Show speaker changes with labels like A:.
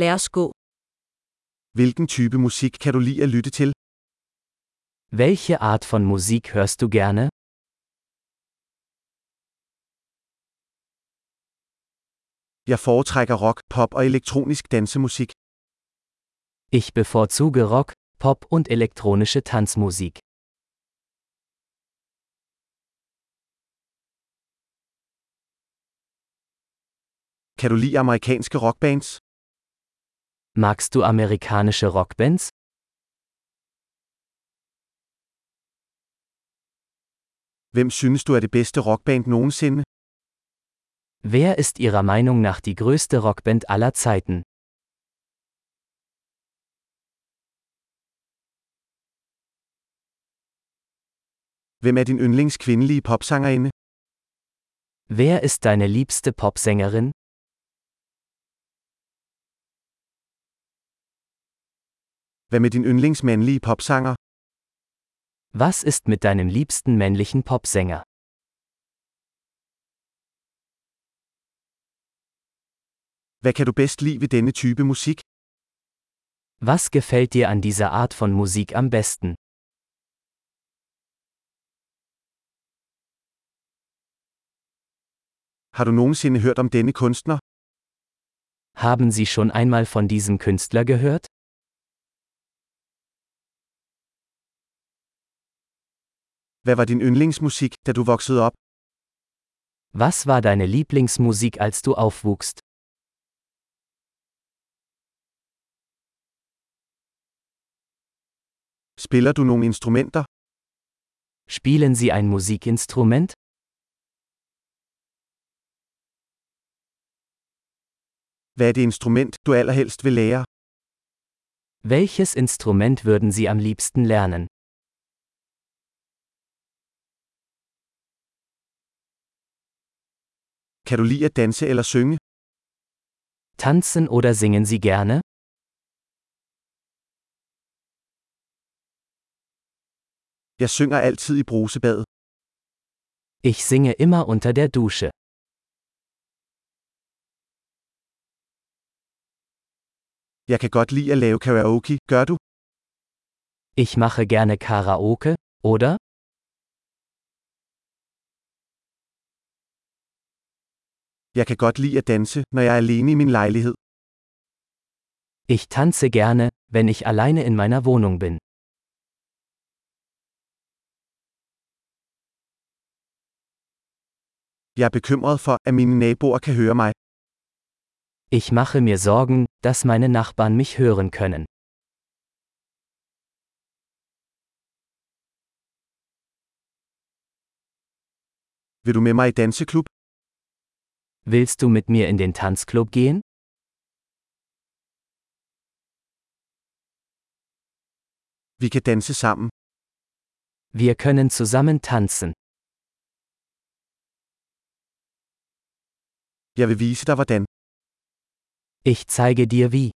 A: Lad os gå.
B: Hvilken type musik kan du lide at lytte til?
C: Welche Art von Musik hörst du gerne?
B: Jeg foretrækker rock, pop og elektronisk dansemusik.
C: Ich bevorzuge Rock, Pop und elektronische Tanzmusik.
B: Kan du lide amerikanske rockbands?
C: Magst du amerikanische Rockbands?
B: Hvem synes du er det bedste rockband nogensinde?
C: Wer ist Ihrer Meinung nach die größte Rockband aller Zeiten?
B: Hvem er din yndlings kvindelige popsangerinde?
C: Wer ist deine liebste Popsängerin?
B: Hvad med din yndlings mandlige popsanger?
C: Was ist mit deinem liebsten männlichen Popsänger?
B: Hvad kan du bedst lide ved denne type musik?
C: Was gefällt dir an dieser Art von Musik am besten?
B: Har du nogensinde hørt om denne kunstner?
C: Haben Sie schon einmal von diesem Künstler gehört?
B: Hvad var din yndlingsmusik, da du voksede op?
C: Was war deine Lieblingsmusik, als du aufwuchst?
B: Spiller du nogle instrumenter?
C: Spielen Sie ein Musikinstrument?
B: Hvad er det instrument, du allerhelst vil lære?
C: Welches Instrument würden Sie am liebsten lernen?
B: Kan du lide at danse eller synge?
C: Tanzen oder singen Sie gerne?
B: Jeg synger altid i brusebadet.
C: Ich singe immer unter der Dusche.
B: Jeg kan godt lide at lave karaoke, gør du?
C: Ich mache gerne Karaoke, oder?
B: Jeg kan godt lide at danse, når jeg er alene i min lejlighed.
C: Ich tanze gerne, wenn ich alleine in meiner Wohnung bin.
B: Jeg er bekymret for, at mine naboer kan høre mig.
C: Ich mache mir Sorgen, dass meine Nachbarn mich hören können.
B: Vil du med mig i danseklub?
C: Willst du mit mir in den Tanzclub gehen?
B: Vi kan danse sammen.
C: Wir können zusammen tanzen.
B: Jeg vil vise dig hvordan.
C: Ich zeige dir wie.